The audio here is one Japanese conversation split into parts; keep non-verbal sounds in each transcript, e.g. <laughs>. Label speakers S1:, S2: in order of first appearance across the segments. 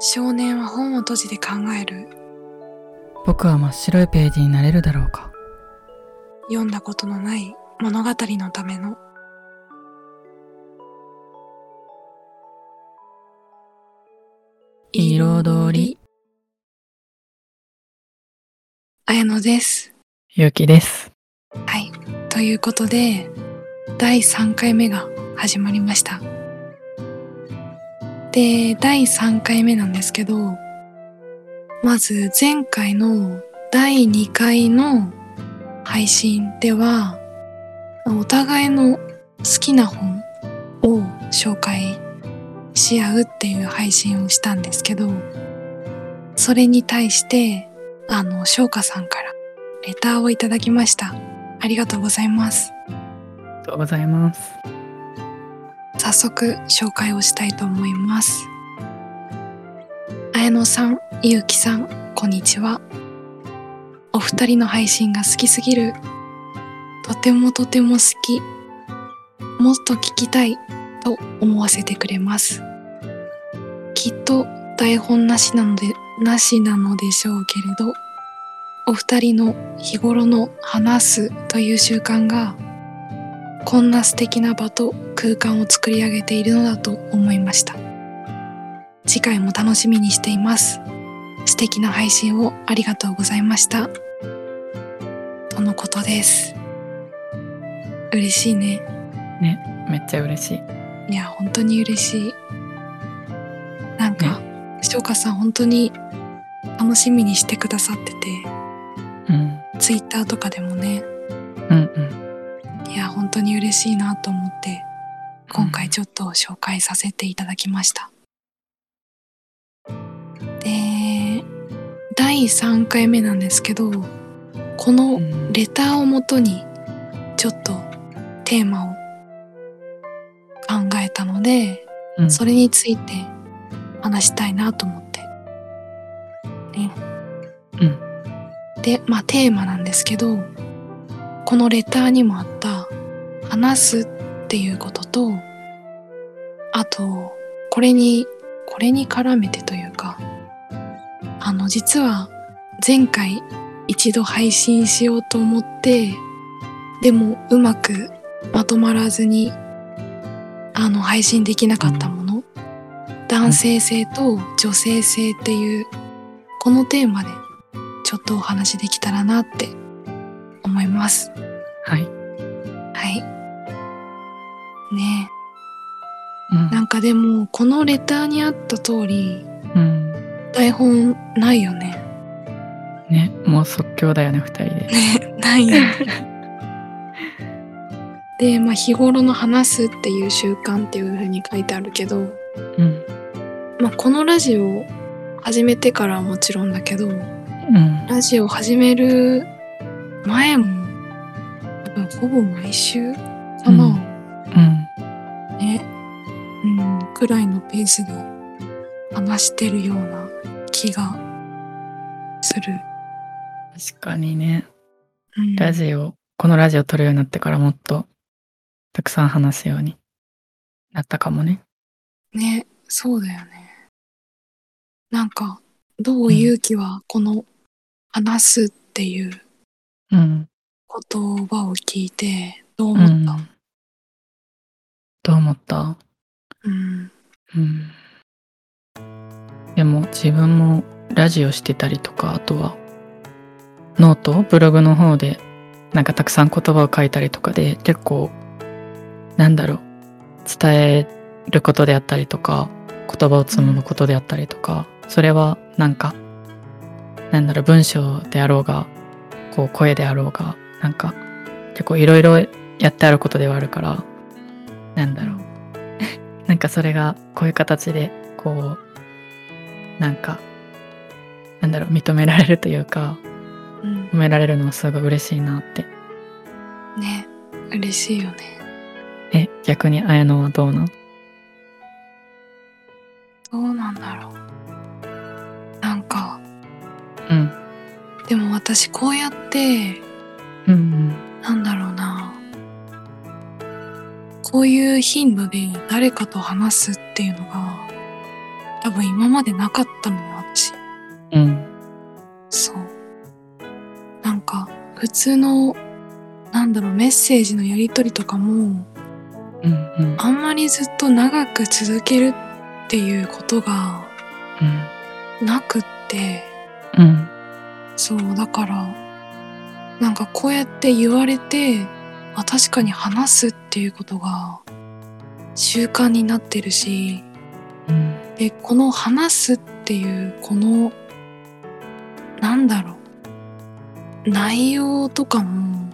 S1: 少年は本を閉じて考える。
S2: 僕は真っ白いページになれるだろうか。
S1: 読んだことのない物語のための。
S2: 彩り。
S1: 綾乃です。
S2: ゆきです。
S1: はい。ということで、第3回目が始まりました。で、第3回目なんですけど、まず前回の第2回の配信では、お互いの好きな本を紹介し合うっていう配信をしたんですけど、それに対して、あの、翔歌さんからレターをいただきました。ありがとうございます。
S2: ありがとうございます。
S1: 早速紹介をしたいと思います。綾乃さん、ゆうきさん、こんにちは。お二人の配信が好きすぎる。とてもとても好き。もっと聞きたいと思わせてくれます。きっと台本なしなので、なしなのでしょうけれど、お二人の日頃の話すという習慣がこんな素敵な場と空間を作り上げているのだと思いました。次回も楽しみにしています。素敵な配信をありがとうございました。とのことです。嬉しいね。
S2: めっちゃ嬉しい。
S1: いや、本当に嬉しい。なんか、翔歌さん本当に楽しみにしてくださってて、
S2: うん。
S1: ツイッターとかでもね、
S2: うんうん。
S1: いや、本当に嬉しいなと思って、今回ちょっと紹介させていただきました。で、第3回目なんですけど、この
S2: うん
S1: レターをもとに、ちょっとテーマを考えたので、
S2: うん
S1: それについて話したいなと思って。ね。
S2: うん
S1: で、まあテーマなんですけど、このレターにもあった、話すっていうことと、あと、これに、これに絡めてというか、あの、実は前回一度配信しようと思って、でもうまくまとまらずに、あの、配信できなかったもの、男性性と女性性っていう、このテーマでちょっとお話できたらなって思います。
S2: はい。
S1: はい。ね
S2: うん
S1: えなんかでも、このレターにあった通り、
S2: うん。
S1: 台本ないよね。
S2: ね、もう即興だよね、二人で。
S1: ね、 <laughs> ないよ。で、まあ、日頃の話すっていう習慣っていう風に書いてあるけど、
S2: うん。
S1: まあ、このラジオを始めてからはもちろんだけど、
S2: うん。
S1: ラジオを始める前も、多分ほぼ毎週かな、
S2: うん。
S1: ね、うん、くらいのペースで話してるような気がする。
S2: 確かにね、
S1: うん
S2: ラジオ、このラジオ撮るようになってからもっと、たくさん話すようになったかもね。
S1: ね、そうだよね。なんか、どう勇気はこの話すっていう
S2: うん。
S1: 言葉を聞いてどう
S2: う
S1: 思っ
S2: ん
S1: た、。
S2: どう思った
S1: うん、
S2: うん。でも自分もラジオしてたりとか、あとはノート、ブログの方でなんかたくさん言葉を書いたりとかで結構なんだろう、伝えることであったりとか、言葉を紡ぐことであったりとか、それはなんか、なんだろう、文章であろうが、こう声であろうが、なんか結構いろいろやってあることではあるから、なんだろう、 <laughs> なんかそれがこういう形でこうなんかなんだろう認められるというか
S1: うん
S2: 褒められるのはすごい嬉しいなって
S1: ね、嬉しいよね。
S2: え逆に綾乃はどうなん
S1: どうなんだろう。なんか、
S2: うん
S1: でも私こうやって、
S2: うん
S1: なんだろうな。こういう頻度で誰かと話すっていうのが、多分今までなかったのよ、私。
S2: うん。
S1: そう。なんか、普通の、なんだろう、メッセージのやりとりとかも、
S2: うん。うん。
S1: あんまりずっと長く続けるっていうことがなくって、
S2: うん。
S1: そう、だから、なんかこうやって言われて、あ、確かに話すっていうことが習慣になってるし、
S2: うん。
S1: で、この話すっていう、この、なんだろう、内容とかも、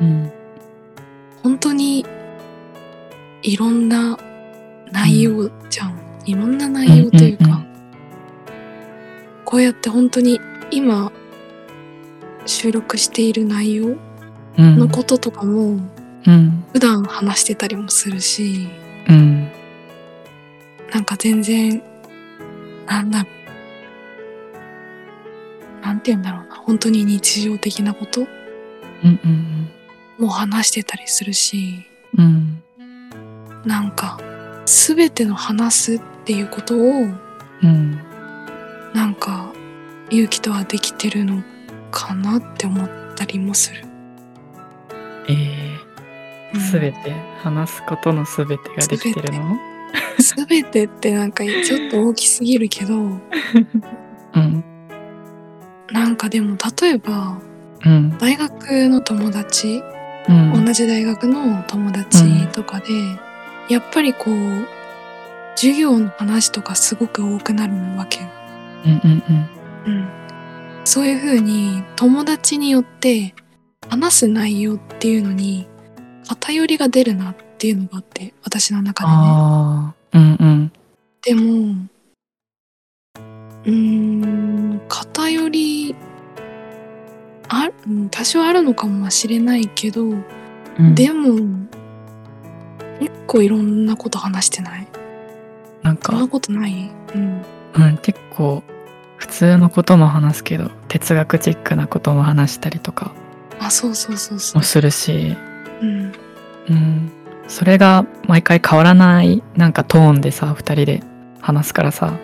S2: うん。
S1: 本当にいろんな内容じゃん。いろんな内容というか、
S2: うんうん
S1: こうやって本当に今収録している内容
S2: うん。
S1: のこととかも
S2: うん。
S1: 普段話してたりもするし、
S2: うん。
S1: なんか全然、なんだろう、なんて言うんだろうな、本当に日常的なこと
S2: うん。うん。
S1: も話してたりするし、
S2: うん。
S1: なんか全ての話すっていうことを
S2: うん。
S1: なんか勇気とはできてるのかなって思ったりもする。
S2: ええ
S1: うん
S2: すべて、話すことのすべてができてるの
S1: <laughs> 全てってなんかちょっと大きすぎるけど
S2: うん。
S1: なんかでも例えば
S2: うん。
S1: 大学の友達、
S2: うん。
S1: 同じ大学の友達とかで、やっぱりこう授業の話とかすごく多くなるわけよ。
S2: うん。うん。うん。
S1: うん、そういうふうに友達によって話す内容っていうのに偏りが出るなっていうのがあって私の中でね。
S2: ああ。うん。うん。
S1: でもうーん偏りあうん多少あるのかもしれないけど、
S2: うん
S1: でも結構いろんなこと話してない
S2: なん
S1: そん
S2: か
S1: な、ことない、うん、
S2: うん、結構、普通のことも話すけど、哲学チックなことも話したりとか
S1: あそうそうそうそ
S2: も
S1: う、
S2: するし、
S1: うん、
S2: うん。それが毎回変わらない、なんかトーンでさ、二人で話すからさ、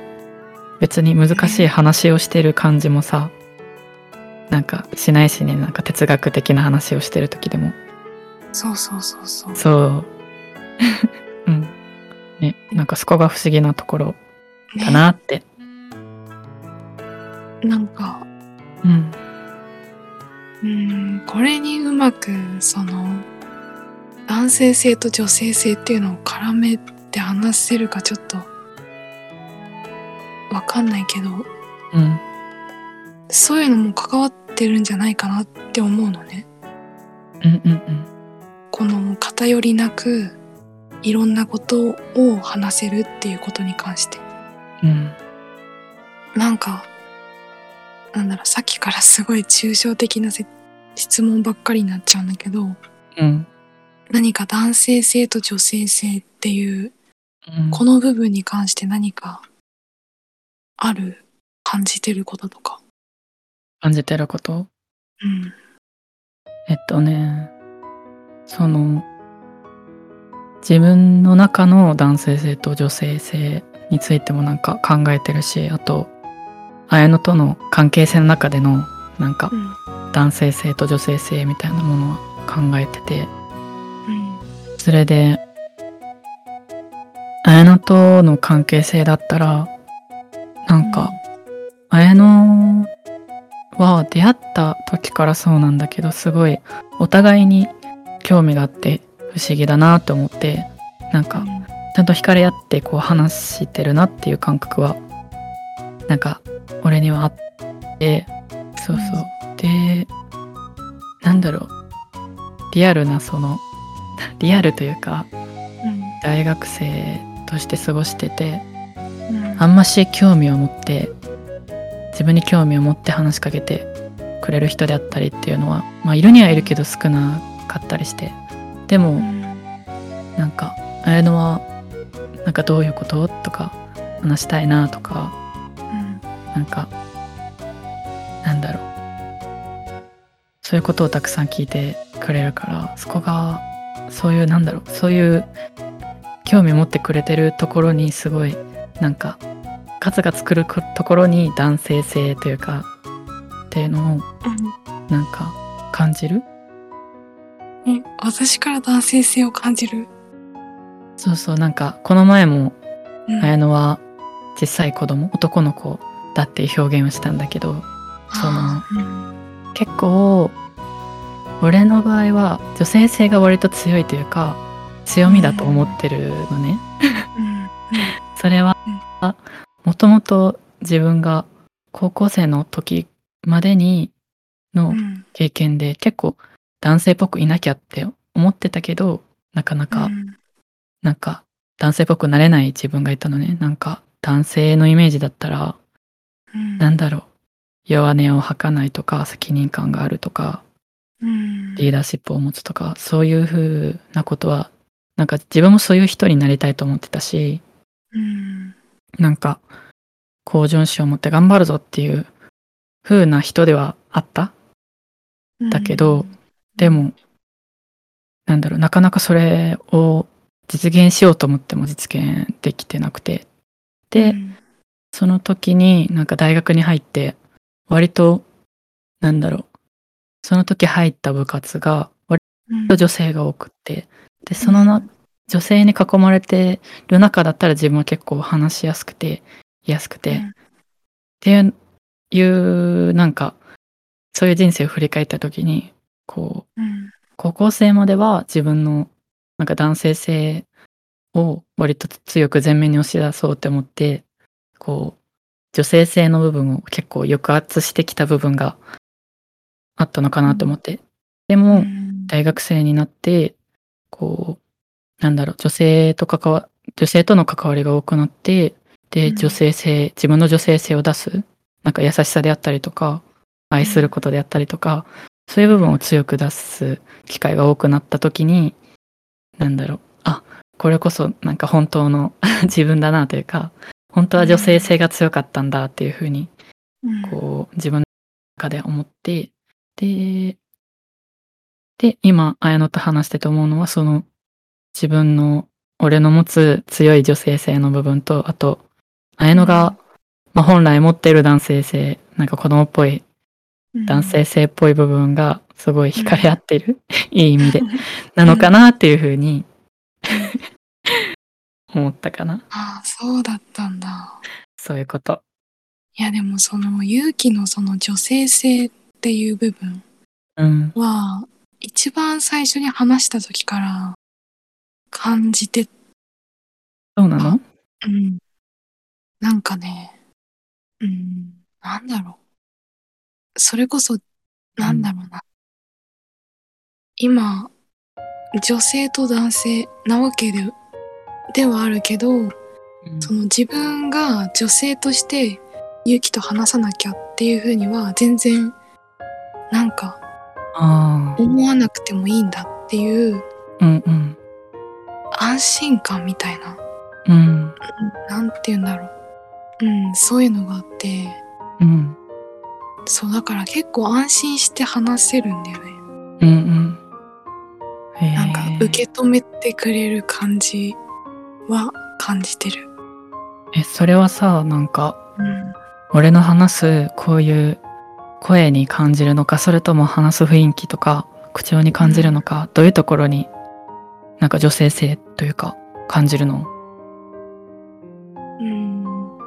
S2: 別に難しい話をしてる感じもさ、なんかしないしね、なんか哲学的な話をしてる時でも。
S1: そうそうそうそう
S2: <laughs> そう。うん。ね、なんかそこが不思議なところ
S1: ね
S2: かなって。
S1: なんか
S2: うん。
S1: うーんこれにうまくその男性性と女性性っていうのを絡めて話せるかちょっとわかんないけど
S2: うん。
S1: そういうのも関わってるんじゃないかなって思うのね
S2: うんうんうん。
S1: この偏りなくいろんなことを話せるっていうことに関して
S2: うん。
S1: なんかなんだろうさっきからすごい抽象的なせ質問ばっかりになっちゃうんだけど
S2: うん。
S1: 何か男性性と女性性っていう
S2: うん
S1: この部分に関して何かある感じてることとか。
S2: 感じてること
S1: うん。
S2: えっとね、その、自分の中の男性性と女性性についてもなんか考えてるし、あと、綾乃との関係性の中での、なんか
S1: うん。
S2: 男性性と女性性みたいなものは考えてて、
S1: うん。
S2: それで、綾乃との関係性だったら、なんか、綾乃は出会った時からそうなんだけどすごいお互いに興味があって不思議だなと思ってなん
S1: う
S2: か
S1: ん、
S2: ちゃんと惹かれ合ってこう話してるなっていう感覚はなんか俺にはあってそうそうでなんだろうリアルなそのリアルというか
S1: うん
S2: 大学生として過ごしてて
S1: うん
S2: あんまし興味を持って自分に興味を持って話しかけてくれる人であったりっていうのは、まあ、いるにはいるけど少なかったりしてで
S1: う
S2: も
S1: ん
S2: なんか綾乃はなんかどういうこととか話したいなとか
S1: うん
S2: なんかなんだろうそういうことをたくさん聞いてくれるからそこがそういうなんだろうそういう興味持ってくれてるところにすごいなんか数が作ることころに男性性というかっていうのをなんか感じる
S1: うん、え私から男性性を感じる。
S2: そうそうなんかこの前も
S1: うん
S2: 綾乃は小さい子供男の子だっていう表現をしたんだけどその
S1: あーうん
S2: 結構俺の場合は女性性が割と強いというか強みだと思ってるのね。
S1: うん
S2: それはもともと自分が高校生の時までに
S1: う
S2: の
S1: んうん
S2: 経験で結構男性っぽくいなきゃって思ってたけどなかなか、
S1: うん
S2: なんか男性っぽくなれない自分がいたのねなんか男性のイメージだったら
S1: うん
S2: なんだろう弱音を吐かないとか責任感があるとか
S1: うん
S2: リーダーシップを持つとかそういうふうなことはなんか自分もそういう人になりたいと思ってたし
S1: うん
S2: なんか向上心を持って頑張るぞっていう風な人ではあった
S1: うん
S2: だけどでもなんだろうなかなかそれを実現しようと思っても実現できてなくてで、
S1: うん
S2: その時になんか大学に入って割となんだろうその時入った部活が割
S1: うん
S2: と女性が多くてでそのな女性に囲まれてる中だったら自分は結構話しやすくて安くて、
S1: うん
S2: っていういうなんかそういう人生を振り返った時にこう
S1: うん
S2: 高校生までは自分のなんか男性性を割と強く前面に押し出そうって思ってこう女性性の部分を結構抑圧してきた部分があったのかなと思って、でも、
S1: うん
S2: 大学生になってこうなんだろう女性と関わ女性との関わりが多くなってで
S1: うん
S2: 女性性自分の女性性を出すなんか優しさであったりとか愛することであったりとかそういう部分を強く出す機会が多くなった時になんだろうあこれこそなんか本当の <laughs> 自分だなというか本当は女性性が強かったんだっていうふうに
S1: うん
S2: こう自分の中で思ってでで今綾乃と話してて思うのはその自分の俺の持つ強い女性性の部分とあと綾乃が、まあ、本来持ってる男性性なんか子供っぽい
S1: うん
S2: 男性性っぽい部分がすごい惹かれ合ってる、いい意味でなのかなっていうふ
S1: <laughs>
S2: うに思ったかな
S1: ああそうだったんだ
S2: そういうこと。
S1: いやでもその勇気のその女性性っていう部分
S2: うん、
S1: は一番最初に話した時から感じて
S2: そうなの
S1: うんなんかね、うん、なんだろう。それこそ、なんだろうな。今、女性と男性なわけで、ではあるけど、
S2: うん
S1: その自分が女性として勇気と話さなきゃっていうふうには全然、なんか
S2: あー
S1: 思わなくてもいいんだっていう
S2: うんうん
S1: 安心感みたいな、
S2: うん
S1: なんて言うんだろう。うん、そういうのがあって、
S2: うん
S1: そうだから結構安心して話せるんだよね
S2: うんうん。
S1: なんか受
S2: け
S1: け止めてくれる感じは感じてる
S2: えそれはさなんか
S1: うん
S2: 俺の話すこういう声に感じるのかそれとも話す雰囲気とか口調に感じるのか、どういうところになんか女性性というか感じるの
S1: うん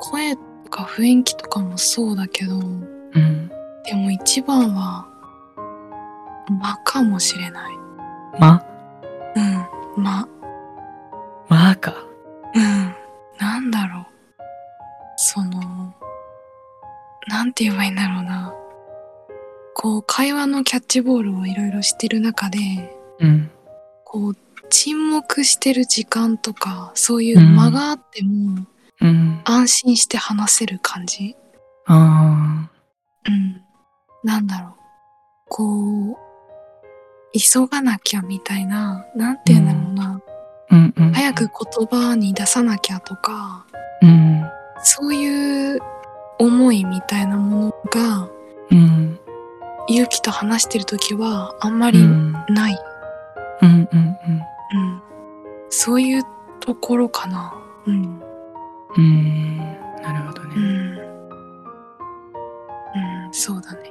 S1: 声とか雰囲気とかもそうだけど
S2: うん
S1: でも一番は間かもしれない
S2: ま
S1: うん間
S2: まあか
S1: うんなんだろうそのなんて言えばいいんだろうなこう会話のキャッチボールをいろいろしてる中で
S2: うん
S1: こう沈黙してる時間とかそういう間があっても
S2: うん
S1: 安心して話せる感じ、
S2: あ
S1: うん、なんだろうこう急がなきゃみたいななんて言うんだろうな、
S2: ーうんうん
S1: 早く言葉に出さなきゃとか
S2: うん
S1: そういう思いみたいなものが
S2: うん
S1: 勇気と話してる時はあんま
S2: うんう
S1: り
S2: ん
S1: ない、
S2: うんう
S1: う
S2: ん
S1: んそういうところかなうん
S2: うーんなるほど
S1: う
S2: ね、
S1: ん、うん、そうだね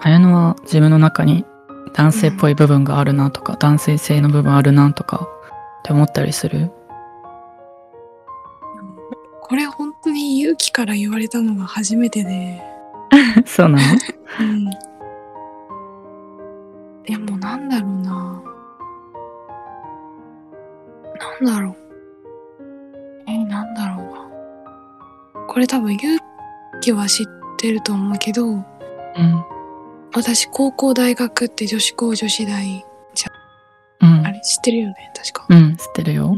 S2: 綾乃は自分の中に男性っぽい部分があるなとか、男性性の部分あるなとかって思ったりする
S1: これ本当に勇気から言われたのが初めてで、
S2: <laughs> そうなの
S1: うん、でもなんだろうななんだろうえなんだろうなこれ多分勇気は知ってると思うけど、
S2: うん
S1: 私高校大学って女子高女子大
S2: う
S1: あ
S2: ん
S1: れ知ってるよね確か。
S2: うん知ってるよ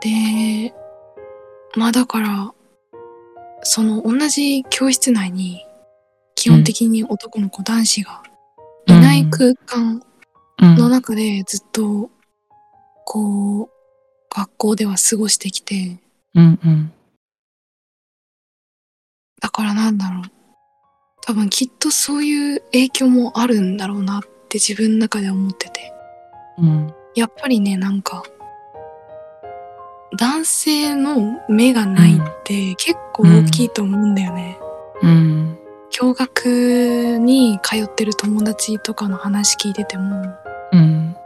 S1: でまあだからその同じ教室内に基本的に男の子、男子がいない空間
S2: うん
S1: の中でずっとこう学校では過ごしてきて
S2: うんうん
S1: だからなんだろう多分きっとそういう影響もあるんだろうなって自分の中では思ってて。
S2: うん
S1: やっぱりね、なんか、男性の目がないって結構大きいと思うんだよね。
S2: うん
S1: 共学に通ってる友達とかの話聞いてても、
S2: うん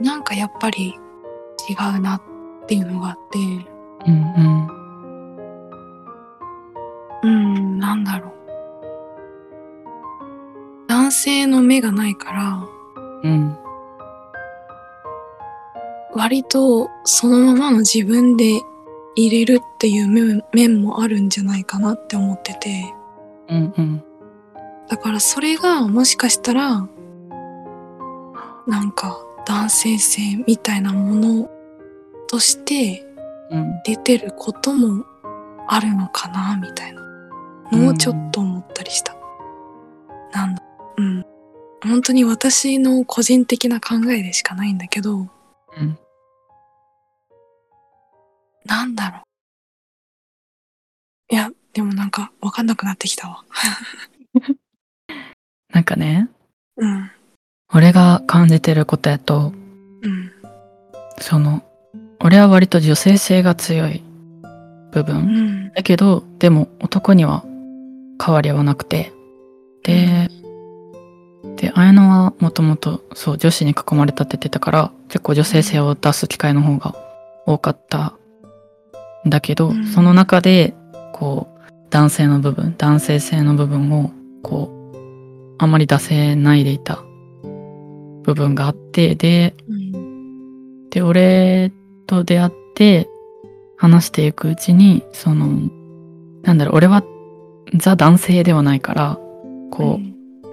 S1: なんかやっぱり違うなっていうのがあって、
S2: うんうん
S1: うん、なんだろう。男性の目がないから、
S2: うん
S1: 割とそのままの自分で入れるっていう面面もあるんじゃないかなって思ってて。
S2: うんうん
S1: だからそれがもしかしたらなんか男性性みたいなものとして
S2: うん
S1: 出てることもあるのかなみたいなのをちょっと思ったりした。なんだうん。本当に私の個人的な考えでしかないんだけど、
S2: うん
S1: なんだろう。いや、でもなんかわかんなくなってきたわ。
S2: なんかね
S1: うん。
S2: 俺が感じてることやと
S1: うん。
S2: その俺は割と女性性が強い部
S1: う
S2: 分
S1: ん。
S2: だけどでも男には変わりはなくてでで綾乃はもともとそう女子に囲まれたって言ってたから結構女性性を出す機会の方が多かったんだけど、
S1: うん
S2: その中でこう男性の部分男性性の部分をこうあんまり出せないでいた部分があってで
S1: うん。
S2: で俺と出会って話していくうちにそのなんだろう俺はザ男性ではないからこう、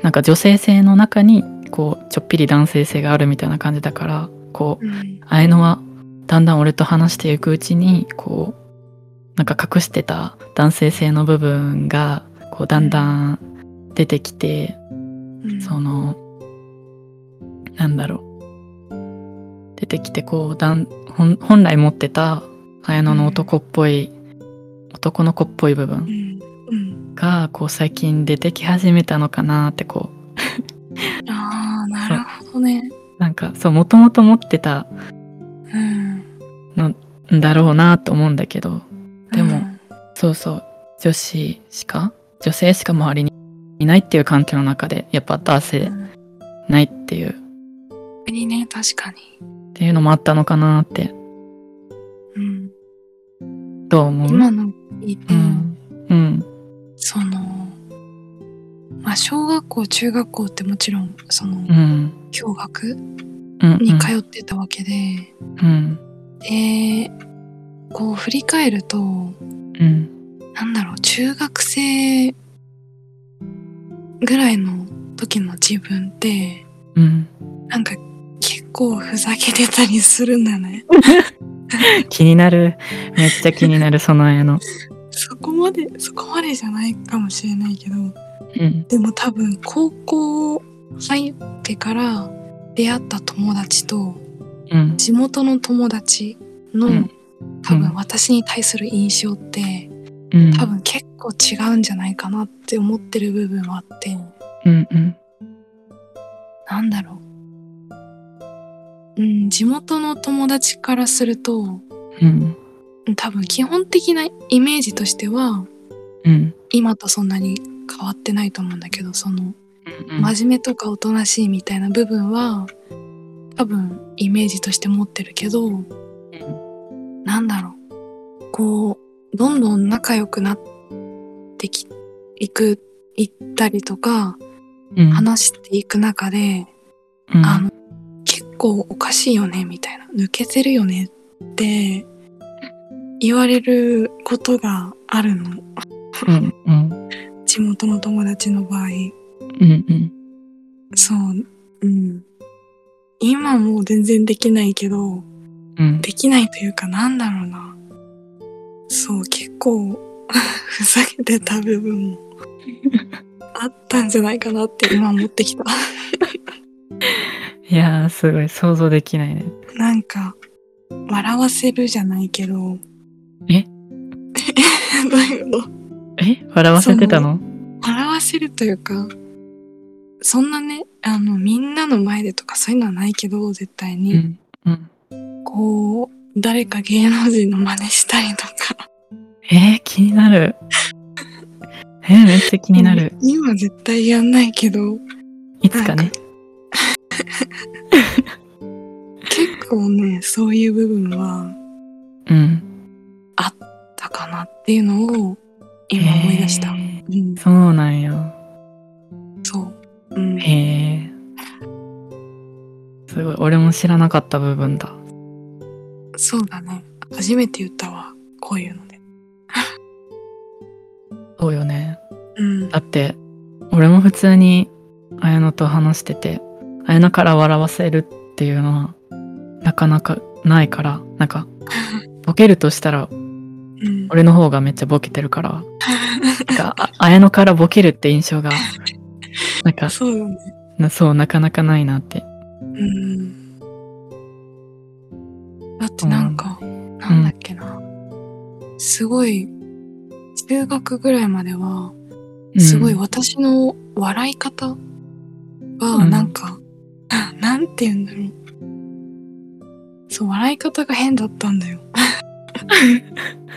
S2: なんか女性性の中にこうちょっぴり男性性があるみたいな感じだからこう
S1: うん。
S2: 綾乃はだんだん俺と話していくうちにこうなんか隠してた男性性の部分がこうだんだん出てきて、
S1: うん
S2: そのなんだろう出てきてこうだん本本来持ってた綾乃の男っぽい、男の子っぽい部
S1: う
S2: 分
S1: んうん
S2: がこう最近出てき始めたのかなってこう
S1: ああなるほどね。
S2: なんかそうもともと持ってた
S1: うん。
S2: んだろうなと思うんだけどでも
S1: うん
S2: そうそう女子しか女性しか周りにいないっていう環境の中でやっぱ出せないっていう
S1: 逆にね確かに。
S2: っていうのもあったのかなって
S1: うん。
S2: どう思う
S1: 今の聞いて、
S2: うんうん
S1: そのまあ小学校中学校ってもちろんその
S2: うん
S1: 共学
S2: うん
S1: に通ってたわけで、
S2: うん
S1: でこう振り返ると
S2: うん
S1: なんだろう中学生ぐらいの時の自分って。
S2: うん
S1: なんか結構ふざけてたりするんだね。 <laughs>
S2: 気になるめっちゃ気になるその綾の
S1: そこまで、そこまでじゃないかもしれないけど、
S2: うん
S1: でも多分高校入ってから出会った友達と
S2: うん
S1: 地元の友達の、
S2: うん
S1: 多
S2: う
S1: 分
S2: ん
S1: 私に対する印象って
S2: うん
S1: 多分結構違うんじゃないかなって思ってる部分はあって、
S2: うんうん
S1: なんだろう。うん、地元の友達からすると、
S2: ううん。
S1: 多分基本的なイメージとしては
S2: うん。
S1: 今とそんなに変わってないと思うんだけどその
S2: うん
S1: 真面目とかおとなしいみたいな部分は多分イメージとして持ってるけどなんだろうこうどんどん仲良くなってきいく行ったりとか
S2: うん。
S1: 話していく中で、
S2: うん
S1: あの結構おかしいよねみたいな抜けてるよねって言われることがあるの
S2: うん。うん。
S1: 地元の友達の場合
S2: うん。うん。
S1: そううん今もう全然できないけど
S2: うん。
S1: できないというかなんだろうなそう結構 <laughs> ふざけてた部分もあったんじゃないかなって今持ってきた <laughs>
S2: いやー、すごい。想像できないね。
S1: なんか笑わせるじゃないけど
S2: え
S1: <laughs> どういうこと
S2: え笑わせてたの
S1: 笑わせるというかそんなねあのみんなの前でとかそういうのはないけど絶対
S2: う
S1: に、
S2: ん。うん。
S1: こう誰か芸能人の真似したりとか
S2: えー、気になる。えー、めっちゃ気になる。
S1: 今絶対やんないけど
S2: いつかね。
S1: 結構ねそういう部分は
S2: うん。
S1: あったかなっていうのを今思い出した、
S2: えー
S1: うん
S2: そうなんよ。
S1: そう、うん、
S2: へえ。すごい。俺も知らなかった部分だ。
S1: そうだね初めて言ったわこういうので
S2: そうよね。
S1: うん
S2: だって、俺も普通に綾乃と話してて、綾乃から笑わせるっていうのは、なかなかないから、なんか、ボケるとしたら、
S1: うん
S2: 俺の方がめっちゃボケてるから、なんか、あ綾乃からボケるって印象が、なんか、
S1: そうだね
S2: なそう、なかなかないなって。
S1: うんだってなんか、なんだっけな、すごい中学ぐらいまでは
S2: うん
S1: すごい私の笑い方が
S2: うん
S1: なんか、 <laughs> なんて言うんだろうそう笑い方が変だったんだ
S2: <laughs>
S1: よ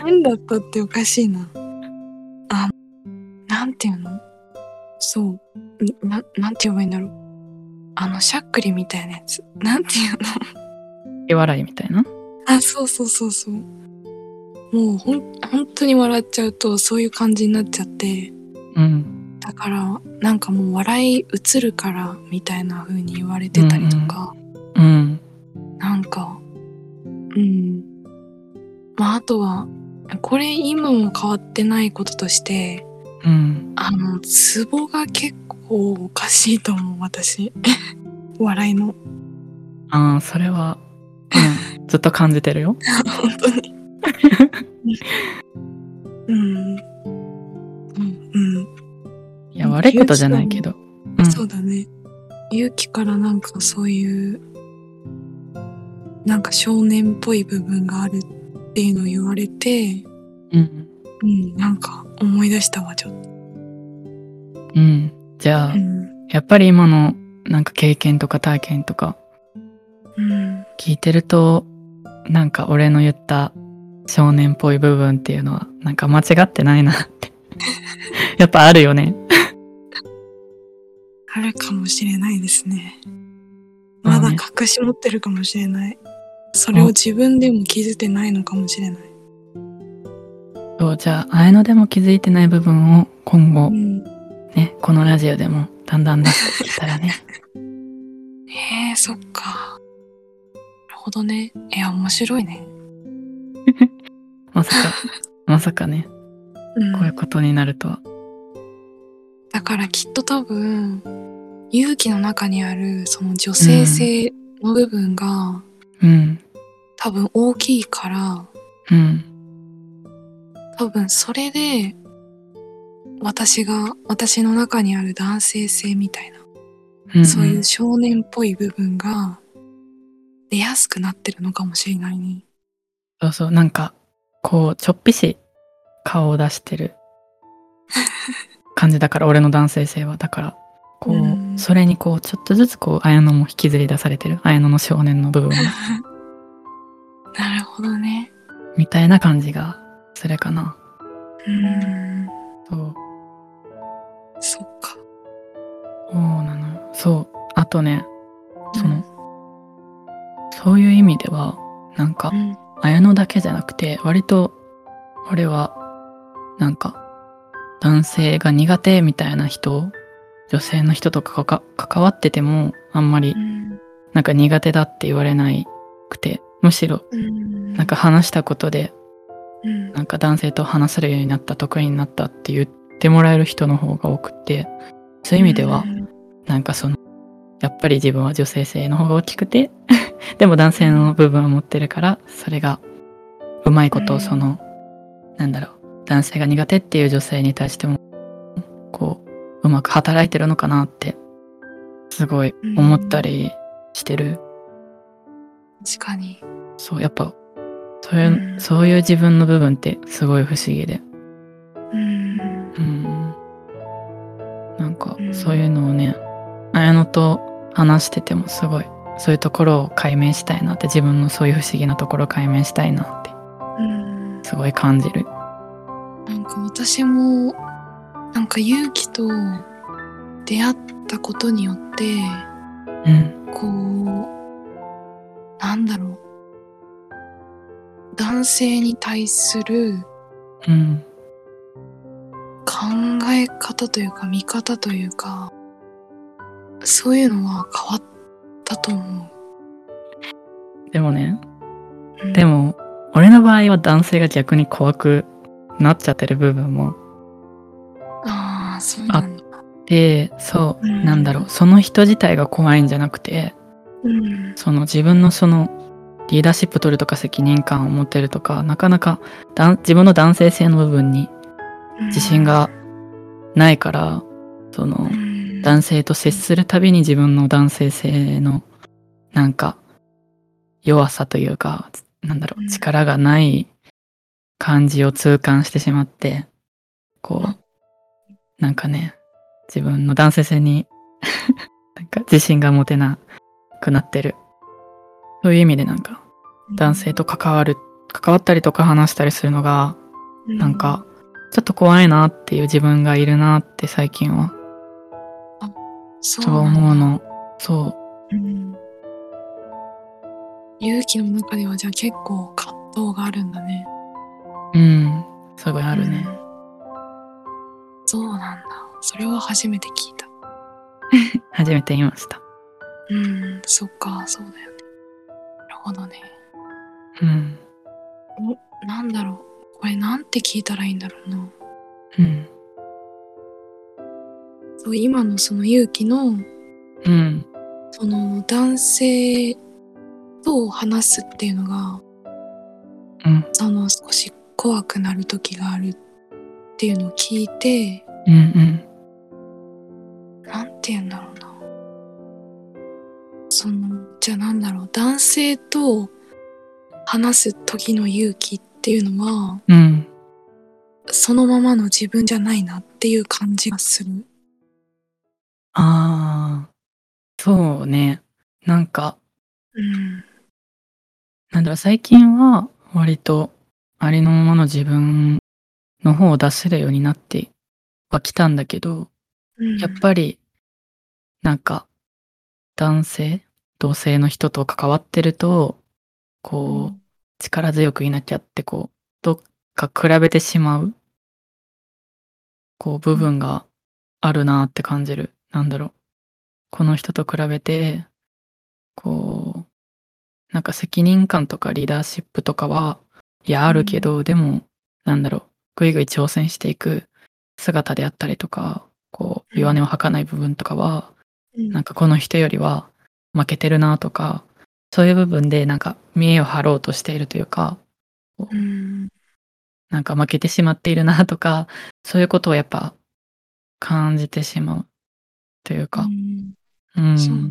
S1: 変だったっておかしいなあなんて言うのそうんななんて言えばいいんだろうあのしゃっくりみたいなやつなんて言うの
S2: 手笑いみたいな。
S1: あ、そうそうそうそう。もうほん、本当に笑っちゃうと、そういう感じになっちゃって、
S2: うん。
S1: だから、なんかもう笑い映るから、みたいな風に言われてたりとか、
S2: うん。
S1: なんか、うん。まあ、あとは、これ今も変わってないこととして、
S2: うん。
S1: あの、ツボが結構おかしいと思う、私。 <laughs> 笑いの。
S2: ああ、それは、うんずっと感じてるよ。
S1: 本当に。うん。うん。うん。
S2: いや、悪いことじゃないけど。うん
S1: そうだね。勇気からなんかそういう、なんか少年っぽい部分があるっていうのを言われて、
S2: うん。
S1: うん、なんか思い出したわ、ちょっ
S2: うん。じゃあ
S1: と。う、ん。
S2: やっぱり今のなんか経験とか体験とか
S1: うん。
S2: 聞いてるとなんか俺の言った少年っぽい部分っていうのはなんか間違ってないなって
S1: <laughs>
S2: やっぱあるよね
S1: あるかもしれないですね。まだ
S2: まあね
S1: 隠し持ってるかもしれない。それを自分でも気づいてないのかもしれない。
S2: そうじゃあ綾乃でも気づいてない部分を今後
S1: うん。
S2: ねこのラジオでもだんだん出していけたらね
S1: へえそっか。なるほどね。いや、面白いね。
S2: まさかまさかね
S1: うん
S2: こういうことになるとは
S1: だからきっと多分、勇気の中にあるその女性性の部分が
S2: うん
S1: 多分大きいから、
S2: うん
S1: 多分それで、私が、私の中にある男性性みたいな、
S2: うん
S1: そういう少年っぽい部分が出やすくなってるのかもしれない
S2: <laughs>
S1: ね。
S2: そうそうなんかこうちょっぴし顔を出してる感じだから <laughs> 俺の男性性はだからこう、
S1: うん
S2: それにこうちょっとずつこう綾乃も
S1: <laughs>
S2: 引きずり出されてる綾乃の少年の部分も
S1: なるほどね。
S2: みたいな感じがするかな。
S1: うーん
S2: そう。
S1: そっか
S2: そうなの。そう。あとね、その、そういう意味では、なんか
S1: う、ん
S2: 綾乃だけじゃなくて、割と、俺は、なんか、男性が苦手みたいな人、女性の人とかか関わってても、あんまり
S1: う、ん
S2: なんか苦手だって言われないくて、むしろ、
S1: うん
S2: なんか話したことで、
S1: うん
S2: なんか男性と話せるようになった、得意になったって言ってもらえる人の方が多くて、そういう意味では
S1: う、ん
S2: なんかその、やっぱり自分は女性性の方が大きくて、 <laughs> でも男性の部分を持ってるから、それが、うまいこ
S1: う
S2: と、
S1: ん
S2: その、なんだろう、男性が苦手っていう女性に対しても、こう、うまく働いてるのかなって、すごい思ったりしてる。
S1: 確かに
S2: そう、やっぱ、そういう、
S1: うん
S2: そういう自分の部分ってすごい不思議で。
S1: うん
S2: うん。なんか
S1: う、ん
S2: そういうのをね、綾乃と話しててもすごい、そういうところを解明したいなって、自分のそういう不思議なところを解明したいなって、
S1: うん
S2: すごい感じる。
S1: なんか私もなんか勇気と出会ったことによって
S2: うん。
S1: こうなんだろう男性に対する
S2: うん。
S1: 考え方というか見方というかそういうのは変わったと思
S2: でもね、
S1: う、うん
S2: でも、俺の場合は男性が逆に怖くなっちゃってる部分も、
S1: ああそうなんだ
S2: で、そ
S1: う
S2: う、
S1: ん
S2: なんだろう、その人自体が怖いんじゃなくて、
S1: うん
S2: その自分のそのリーダーシップ取るとか責任感を持てるとかなかなかだん自分の男性性の部分に自信がないからその
S1: うん
S2: 男性と接するたびに自分の男性性のなんか弱さというかなんだろ
S1: うん
S2: う力がない感じを痛感してしまってこ
S1: あ
S2: うなんかね自分の男性性に <laughs> なんか自信が持てなくなってるそういう意味でなんか男性と関わる関わったりとか話したりするのが
S1: う
S2: なんかちょっと怖いなっていう自分がいるなって最近は
S1: そ
S2: そう
S1: なんだ
S2: 思うのそう
S1: うん勇気の中ではじゃあ結構葛藤があるんだね。
S2: うん、すごいあるね
S1: う。ん。そうなんだ。それは初めて聞いた。
S2: 初めて言いました。
S1: うん、そっか、そうだよね。なるほどね。
S2: うん。
S1: なんだろう。これなんて聞いたらいいんだろうな。
S2: うん。
S1: そう今のその勇気の、
S2: うん。
S1: その男性と話すっていうのが、
S2: うん。
S1: その少し怖くなる時があるっていうのを聞いて、
S2: うん。うん。
S1: なんて言うんだろうな。その、じゃあなんだろう、男性と話す時の勇気っていうのは、
S2: うん。
S1: そのままの自分じゃないなっていう感じがする。
S2: ああ。そうね。なんか、
S1: うん。
S2: なんだろう、最近は割とありのままの自分の方を出せるようになってはきたんだけど、
S1: うん、
S2: やっぱり、なんか、男性、同性の人と関わってると、こう、力強くいなきゃってこうどっか比べてしまうこう部分があるなって感じるなんだろうこの人と比べてこうなんか責任感とかリーダーシップとかはいやあるけど、でもなんだろうぐいぐい挑戦していく姿であったりとかこう弱音を吐かない部分とかは、
S1: うん、
S2: なんかこの人よりは負けてるなとか、そういう部分でなんか見栄を張ろうとしているというか、
S1: うん、
S2: なんか負けてしまっているなとか、そういうことをやっぱ感じてしまうというか
S1: う、ん
S2: うん、
S1: そうなの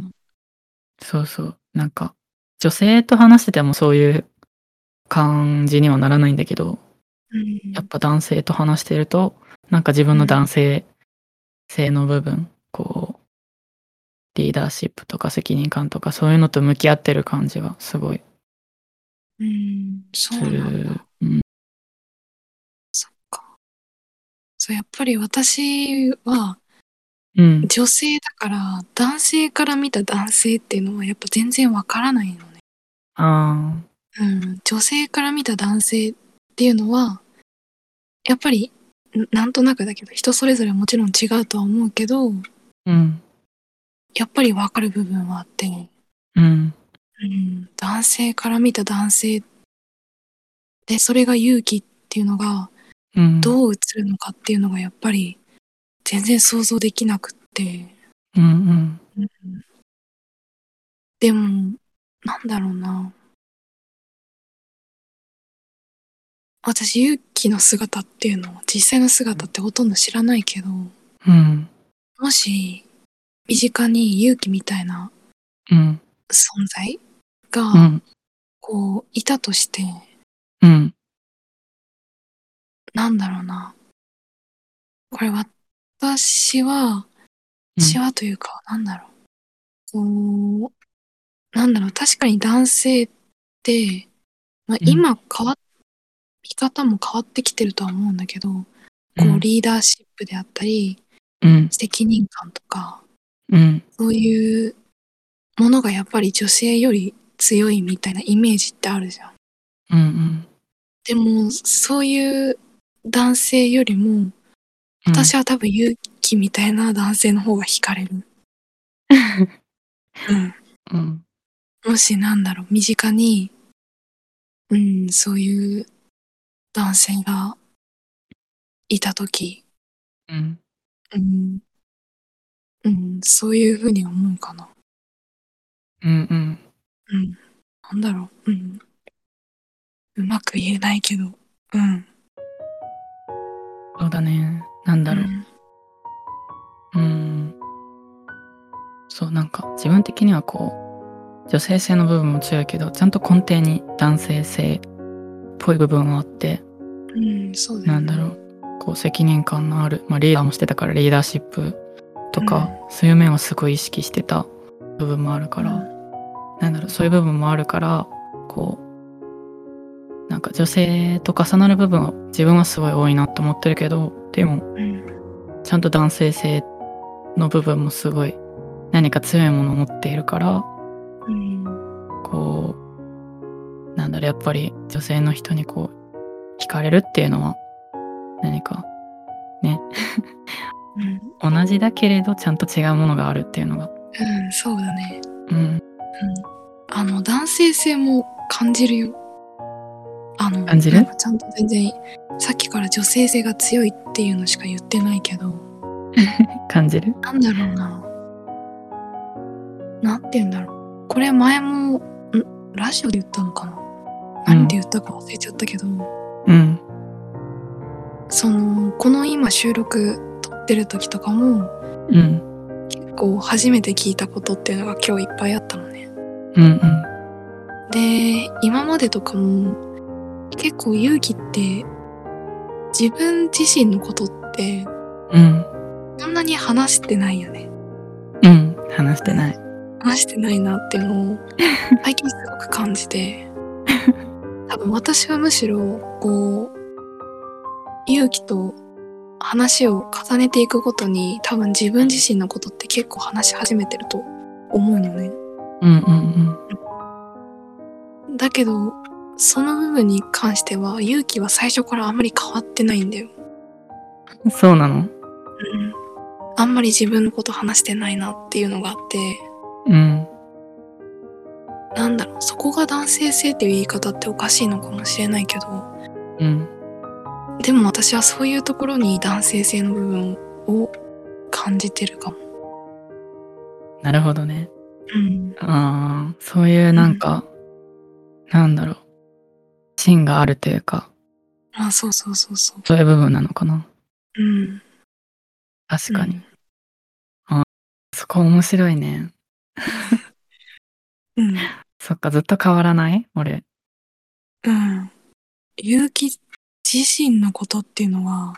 S2: そうそう、なんか女性と話しててもそういう感じにはならないんだけど、
S1: うん
S2: やっぱ男性と話していると、なんか自分の男性性の部分、こう、リーダーシップとか責任感とかそういうのと向き合ってる感じがすごい
S1: うん、そう
S2: す
S1: な
S2: る
S1: んだ。
S2: うん
S1: そっか。そう、やっぱり私は
S2: うん
S1: 女性だから、男性から見た男性っていうのはやっぱ全然わからないのね。
S2: あ
S1: うん、女性から見た男性っていうのは、やっぱり、んなんとなくだけど、人それぞれもちろん違うとは思うけど、
S2: ーうん
S1: やっぱりわかる部分はあって、
S2: うん
S1: うん、男性から見た男性でそれが勇気っていうのが
S2: うん
S1: どう映るのかっていうのがやっぱり全然想像できなくって
S2: うんうん
S1: でもなんだろうな私勇気の姿っていうのを実際の姿ってほとんど知らないけども
S2: うん
S1: し身近に勇気みたいな
S2: うん
S1: 存在
S2: う
S1: が
S2: ん
S1: こういたとして、
S2: うん
S1: なんだろうな。これ私は、
S2: うん
S1: 私はというか、なんだろう。こう、なんだろう、確かに男性って、まあ、
S2: うん
S1: 今変わっ、見方も変わってきてるとは思うんだけど、こうリーダーシップであったり、
S2: うん
S1: 責任感とか、
S2: うん
S1: そういうものがやっぱり女性より強いみたいなイメージってあるじゃん。
S2: うんうん
S1: でも、そういう男性よりも、私は多分勇気みたいな男性の方が惹かれる。
S2: うん
S1: うん、もしなんだろう、身近に、うん、そういう男性がいたとき、
S2: うん
S1: うん、うん、そういうふうに思うかな。
S2: うんうん
S1: うん、なんだろう、うん。うまく言えないけど、うん。
S2: そうだねなんだろううんそうなんか自分的にはこう女性性の部分も強いけどちゃんと根底に男性性っぽい部分はあって
S1: うん、うん、そうだよ
S2: な
S1: ね
S2: んだろうこう責任感のある、まあ、リーダーもしてたからリーダーシップとか、そういう面をすごい意識してた部分もあるから、
S1: う
S2: なんだろうそういう部分もあるからこうなんか女性と重なる部分は自分はすごい多いなと思ってるけどでも
S1: うん、
S2: ちゃんと男性性の部分もすごい何か強いものを持っているから
S1: うん、
S2: こうなんだろうやっぱり女性の人にこう惹かれるっていうのは何か
S1: うん、
S2: 同じだけれどちゃんと違うものがあるっていうのが
S1: うん、そうだね。
S2: うん
S1: あの男性性も感じるよ。あの
S2: 感じる
S1: なんかちゃんと全然さっきから女性性が強いっていうのしか言ってないけど
S2: 感じる
S1: なんだろうな。なんて言うんだろう。これ前もんラジオで言ったのかな。何て言ったか忘れちゃったけど、
S2: うん
S1: そのこの今収録撮ってる時とかも
S2: うん
S1: 結構初めて聞いたことっていうのが今日いっぱいあったのね。
S2: うん
S1: で今までとかも結構勇気って自分自身のことって
S2: うんうん
S1: そんなに話してないよね
S2: うん話してない
S1: 話してないなっていうのを最近すごく感じて多分私はむしろこう勇気と話を重ねていくごとに多分自分自身のことって結構話し始めてると思うのね
S2: うんうん
S1: だけどその部分に関しては勇気は最初からあんまり変わってないんだよ
S2: うんそうなの
S1: うんあんまり自分のこと話してないなっていうのがあって、
S2: うん
S1: なんだろう、そこが男性性っていう言い方っておかしいのかもしれないけど、
S2: うん
S1: でも私はそういうところに男性性の部分を感じてるかも。
S2: なるほどね
S1: うん。
S2: あーそういうなんか、なんだろう芯があるというか
S1: あ、そうそうそうそう。
S2: そういう部分なのかな
S1: うん。
S2: 確かに、あーそこ面白いね
S1: うん。うん。
S2: そっかずっと変わらない俺
S1: うん。結城自身のことっていうのは、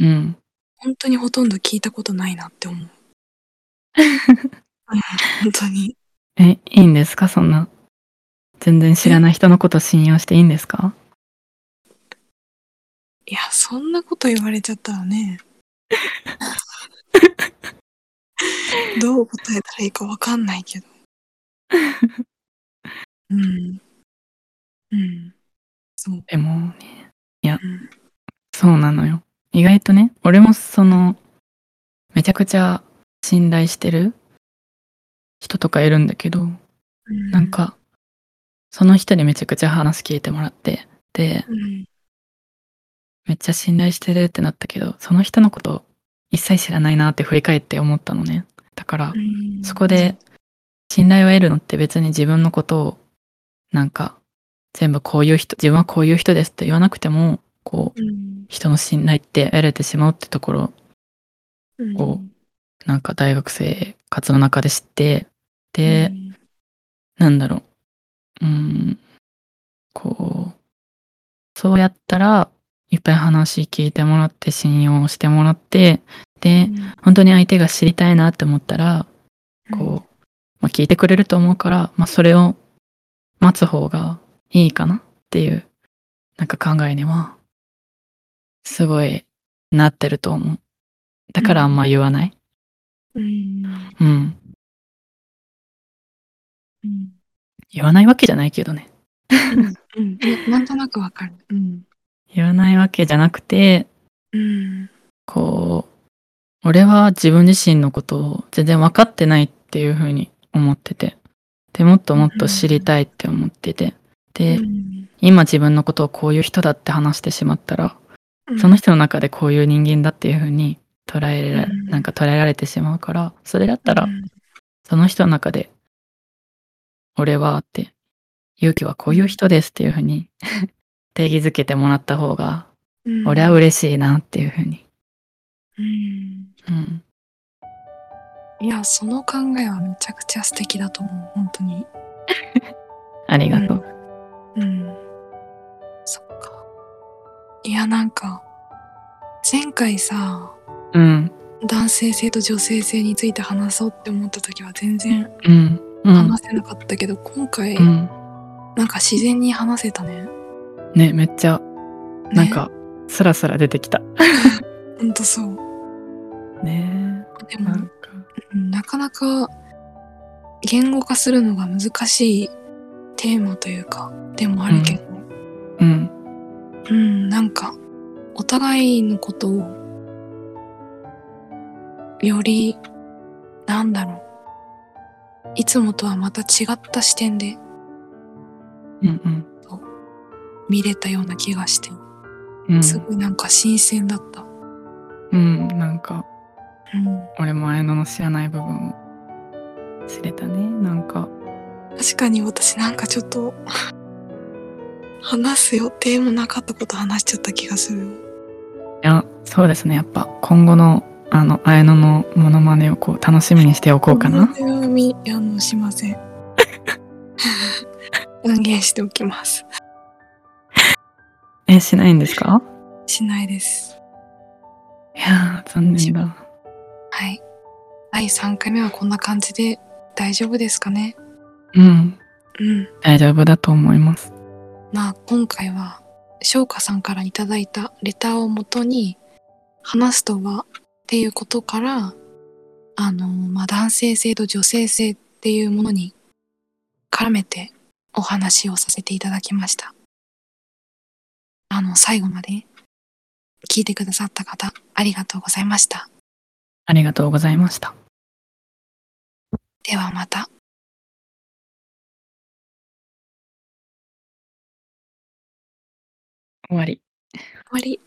S2: うん
S1: 本当にほとんど聞いたことないなって <laughs> 思う。うん本当に。
S2: えいいんですかそんな全然知らない人のこと信用していいんですか
S1: いや、そんなこと言われちゃったら
S2: <laughs>
S1: ね。どう答えたらいいかわかんないけど。うん。うん。そう。
S2: でもね、いや、
S1: うん
S2: そうなのよ。意外とね、俺もその、めちゃくちゃ信頼してる人とかいるんだけど、
S1: な
S2: なん。か、その人にめちゃくちゃ話聞いてもらって、で、
S1: うん。
S2: めっちゃ信頼してるってなったけど、その人のこと一切知らないなって振り返って思ったのね。だから、
S1: うん
S2: そこで、信頼を得るのって別に自分のことをなんか全部こういう人自分はこういう人ですって言わなくてもこう
S1: うん。
S2: 人の信頼って得れてしまうってところ
S1: うん
S2: こなんか大学生活の中で知ってで、
S1: うん
S2: なんだろううーんこうそうやったらいっぱい話聞いてもらって信用してもらってで本当に相手が知りたいなって思ったらこう、まあ、聞いてくれると思うから、まあ、それを待つ方がいいかなっていう、なんか考えには、すごいなってると思う。だからあんま言わない。
S1: うん。
S2: うん。
S1: うん。
S2: 言わないわけじゃないけどね。
S1: うん。いやなんとなくわかる。うん。
S2: 言わないわけじゃなくて、
S1: うん。
S2: こう、俺は自分自身のことを全然分かってないっていうふうに思ってて。で、もっともっと知りたいって思ってて。で、今自分のことをこういう人だって話してしまったら、
S1: うん
S2: その人の中でこういう人間だっていう風に捉えられ、
S1: うん
S2: なんか捉えられてしまうから、それだった
S1: う
S2: ら、
S1: ん
S2: その人の中で、俺はって、勇気はこういう人ですっていう風に定義づけてもらった方が、
S1: うん
S2: 俺は嬉しいなっていう風に。
S1: うん
S2: うん。
S1: いや、その考えはめちゃくちゃ素敵だと思う、本当に。
S2: ありがとう。
S1: うん。そっか。いや、なんか、前回さ、
S2: うん。
S1: 男性性と女性性について話そうって思った時は全然
S2: うん。うん。
S1: 話せなかったけど、今回、
S2: うん。
S1: なんか自然に話せたね。
S2: ね、めっちゃ、なん
S1: ね、
S2: か、スラスラ出てきた。
S1: ほんとそう。
S2: ね
S1: で
S2: えな
S1: も、
S2: んか。
S1: うんなかなか言語化するのが難しいテーマというか、でもあるけど、
S2: うん。
S1: うん、なんか、お互いのことを、より、なんだろう。いつもとはまた違った視点で
S2: うんうん。
S1: 見れたような気がして、
S2: うん。
S1: すごいなんか新鮮だった。
S2: うん。なんか、
S1: うん、
S2: 俺も綾乃の知らない部分を知れたねなんか
S1: 確かに私なんかちょっと、話す予定もなかったこと話しちゃった気がする。
S2: いやそうですねやっぱ今後のあの綾乃のモノマネをこう楽しみにしておこうかな
S1: 手紙、いや、あの、しませ
S2: <laughs>
S1: ん。断言しておきます。
S2: えしないんですか
S1: しないです。
S2: いやー残念だ
S1: はい。第3回目はこんな感じで大丈夫ですかね
S2: うん
S1: うん。
S2: 大丈夫だと思います
S1: まあ今回は翔歌さんからいただいたレターをもとに話すとはっていうことから、あの、まあ男性性と女性性っていうものに絡めてお話をさせていただきました。あの、最後まで聞いてくださった方ありがとうございました。
S2: ありがとうございました
S1: ではまた。
S2: 終わり
S1: 終わり。